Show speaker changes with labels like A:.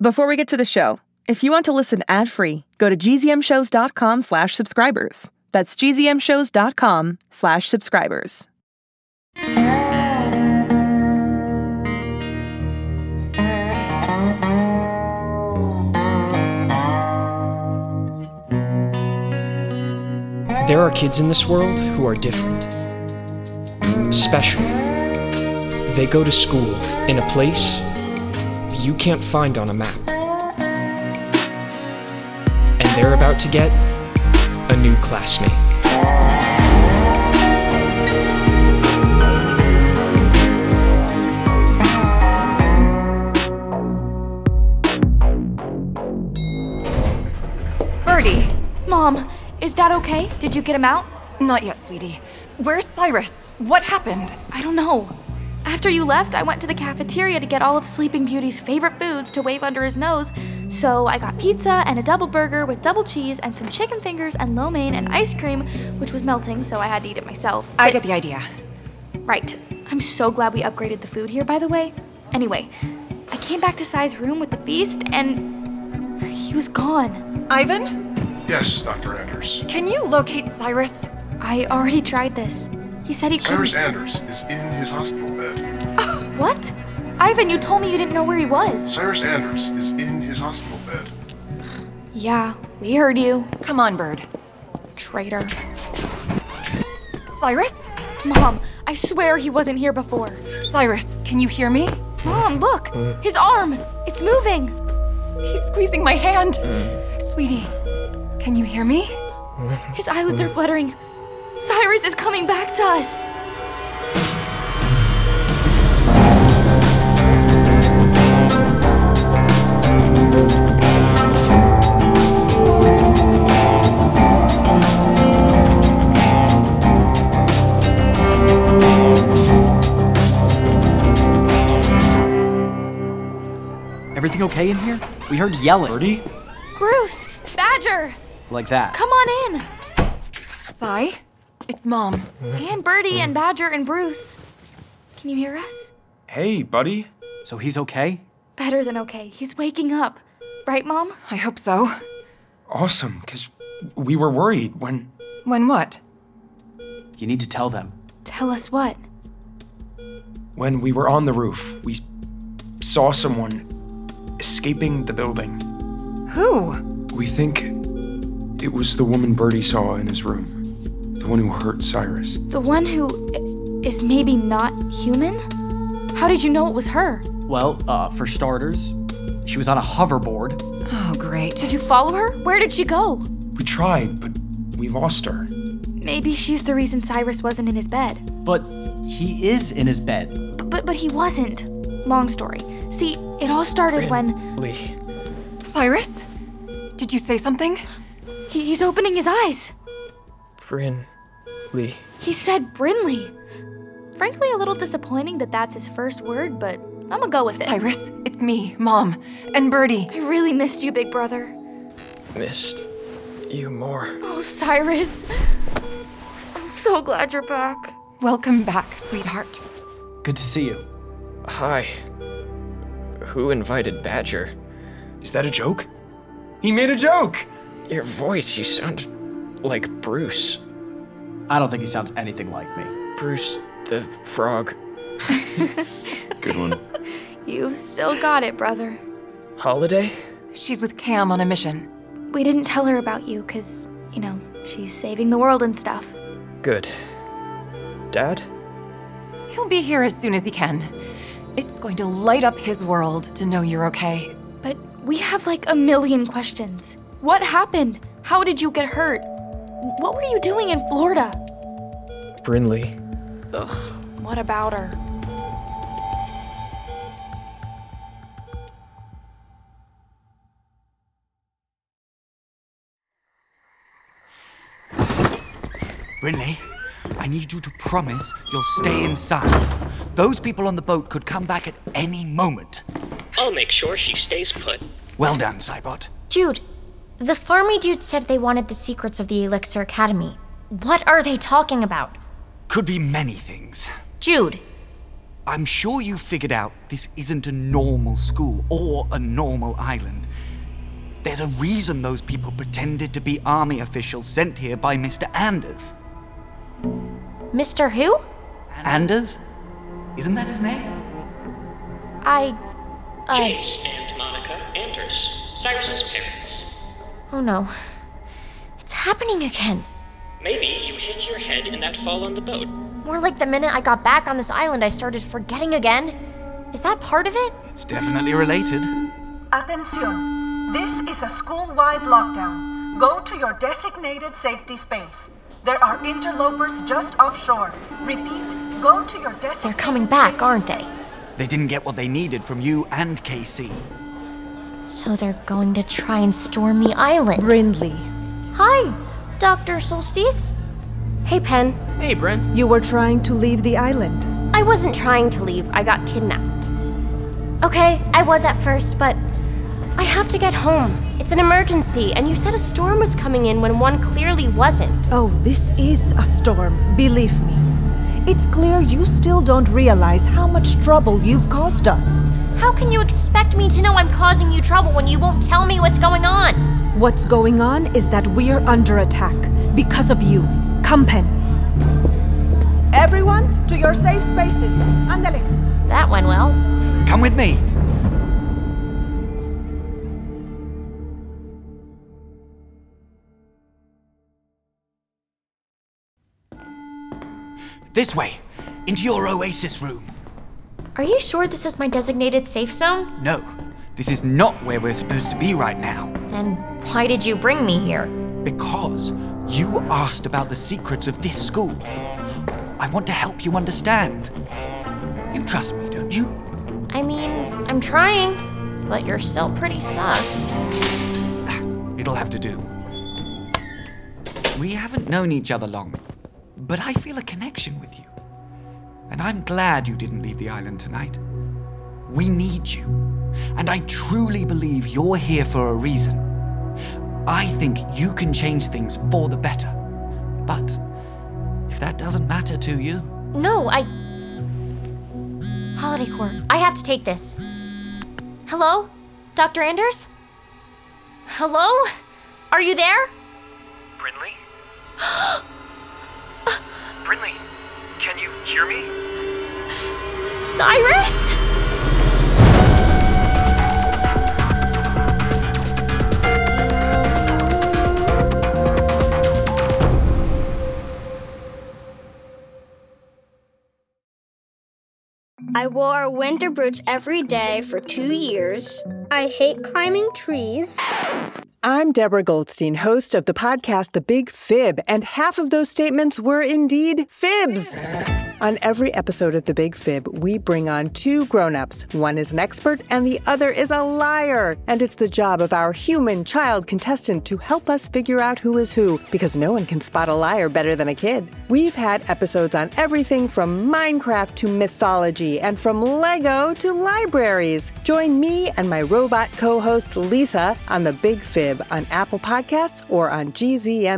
A: Before we get to the show, if you want to listen ad-free, go to gzmshows.com slash subscribers. That's gzmshows.com slash subscribers.
B: There are kids in this world who are different, special. They go to school in a place you can't find on a map. And they're about to get a new classmate.
C: Birdie!
D: Mom, is Dad okay? Did you get him out?
C: Not yet, sweetie. Where's Cyrus? What happened?
D: I don't know. After you left, I went to the cafeteria to get all of Sleeping Beauty's favorite foods to wave under his nose. So I got pizza and a double burger with double cheese and some chicken fingers and lo mein and ice cream, which was melting, so I had to eat it myself.
C: I get the idea.
D: Right. I'm so glad we upgraded the food here, by the way. Anyway, I came back to Sai's room with the feast and he was gone.
C: Ivan,
E: Yes, Dr. Anders.
C: can you locate Cyrus?
D: I already tried this. He said he couldn't.
E: Cyrus Anders is in his hospital bed.
D: What? Ivan, you told me you didn't know where he was.
E: Cyrus Anders is in his hospital bed.
D: Yeah, we heard you.
C: Come on, Bird.
D: Traitor.
C: Cyrus?
D: Mom, I swear he wasn't here before.
C: Cyrus, can you hear me?
D: Mom, look! His arm! It's moving!
C: He's squeezing my hand. Sweetie, can you hear me?
D: His eyelids are fluttering. Cyrus is coming back to us!
F: Everything okay in here? We heard yelling. Birdie?
D: Bruce! Badger!
F: Like that.
D: Come on in!
C: Cy? It's Mom.
D: And Birdie and Badger and Bruce. Can you hear us?
G: Hey, buddy.
F: So he's okay?
D: Better than okay. He's waking up. Right, Mom?
C: I hope so.
G: Awesome, because we were worried when.
C: When what?
F: You need to tell them.
D: Tell us what.
G: when we were on the roof. We saw someone escaping the building.
C: Who?
G: We think it was the woman Birdie saw in his room. The one who hurt Cyrus.
D: The one who i- is maybe not human? How did you know it was her?
F: Well, uh, for starters, she was on a hoverboard.
C: Oh, great.
D: Did you follow her? Where did she go?
G: We tried, but we lost her.
D: Maybe she's the reason Cyrus wasn't in his bed.
F: But he is in his bed.
D: But, but, but he wasn't. Long story. See, it all started when
B: Lee,
C: Cyrus? Did you say something?
D: he, he's opening his eyes.
B: Bryn, Lee.
D: He said Brinley. Frankly, a little disappointing that that's his first word, but I'm gonna go with it.
C: Cyrus, it's me, Mom, and Birdie.
D: I really missed you, big brother.
B: Missed you more.
D: Oh, Cyrus. I'm so glad you're back.
C: Welcome back, sweetheart.
F: Good to see you.
B: Hi. Who invited Badger?
G: Is that a joke? He made a joke!
B: Your voice, you sound like Bruce.
F: I don't think he sounds anything like me.
B: Bruce the frog.
G: Good one.
D: You've still got it, brother.
B: Holiday?
C: She's with Cam on a mission.
D: We didn't tell her about you, because, you know, she's saving the world and stuff.
B: Good. Dad?
C: He'll be here as soon as he can. It's going to light up his world to know you're okay.
D: But we have like a million questions. What happened? How did you get hurt? What were you doing in Florida?
B: Brinley.
D: What about her?
H: Brittany, I need you to promise you'll stay inside. Those people on the boat could come back at any moment.
I: I'll make sure she stays put.
H: Well done, Cybot.
J: Dude, the farmy dude said they wanted the secrets of the Elixir Academy. What are they talking about?
H: Could be many things.
J: Jude,
H: I'm sure you figured out this isn't a normal school or a normal island. There's a reason those people pretended to be army officials sent here by Mr. Anders.
D: Mr. Who?
H: Anders? Isn't that his name?
D: I. uh, I.
G: James and Monica Anders, Cyrus's parents.
D: Oh no. It's happening again.
G: Maybe you hit your head in that fall on the boat.
D: More like the minute I got back on this island, I started forgetting again. Is that part of it?
H: It's definitely related.
A: Attention. This is a school-wide lockdown. Go to your designated safety space. There are interlopers just offshore. Repeat, go to your designated
D: They're coming back, aren't they?
H: They didn't get what they needed from you and KC.
D: So they're going to try and storm the island. Brindley. Hi, Dr. Solstice. Hey, Pen.
K: Hey, Bryn.
C: You were trying to leave the island.
D: I wasn't trying to leave, I got kidnapped. Okay, I was at first, but I have to get home. It's an emergency, and you said a storm was coming in when one clearly wasn't.
C: Oh, this is a storm, believe me. It's clear you still don't realize how much trouble you've caused us.
D: How can you expect me to know I'm causing you trouble when you won't tell me what's going on?
C: What's going on is that we're under attack because of you. Come, Pen. Everyone, to your safe spaces. Andale.
D: That went well.
H: Come with me. This way, into your oasis room.
D: Are you sure this is my designated safe zone?
H: No, this is not where we're supposed to be right now.
D: Then why did you bring me here?
H: Because you asked about the secrets of this school. I want to help you understand. You trust me, don't you?
D: I mean, I'm trying, but you're still pretty sus.
H: It'll have to do. We haven't known each other long, but I feel a connection with you. And I'm glad you didn't leave the island tonight. We need you. And I truly believe you're here for a reason. I think you can change things for the better. But if that doesn't matter to you,
D: No, I. Holiday Court. I have to take this. Hello? Dr. Anders? Hello? Are you there?
L: Brinley? Brinley, can you hear me?
D: Cyrus?
M: I wore winter boots every day for two years. I hate climbing trees.
N: I'm Deborah Goldstein, host of the podcast The Big Fib, and half of those statements were indeed fibs. On every episode of The Big Fib, we bring on two grown ups. One is an expert and the other is a liar. And it's the job of our human child contestant to help us figure out who is who, because no one can spot a liar better than a kid. We've had episodes on everything from Minecraft to mythology and from Lego to libraries. Join me and my robot co host Lisa on The Big Fib on Apple Podcasts or on gzmshows.com.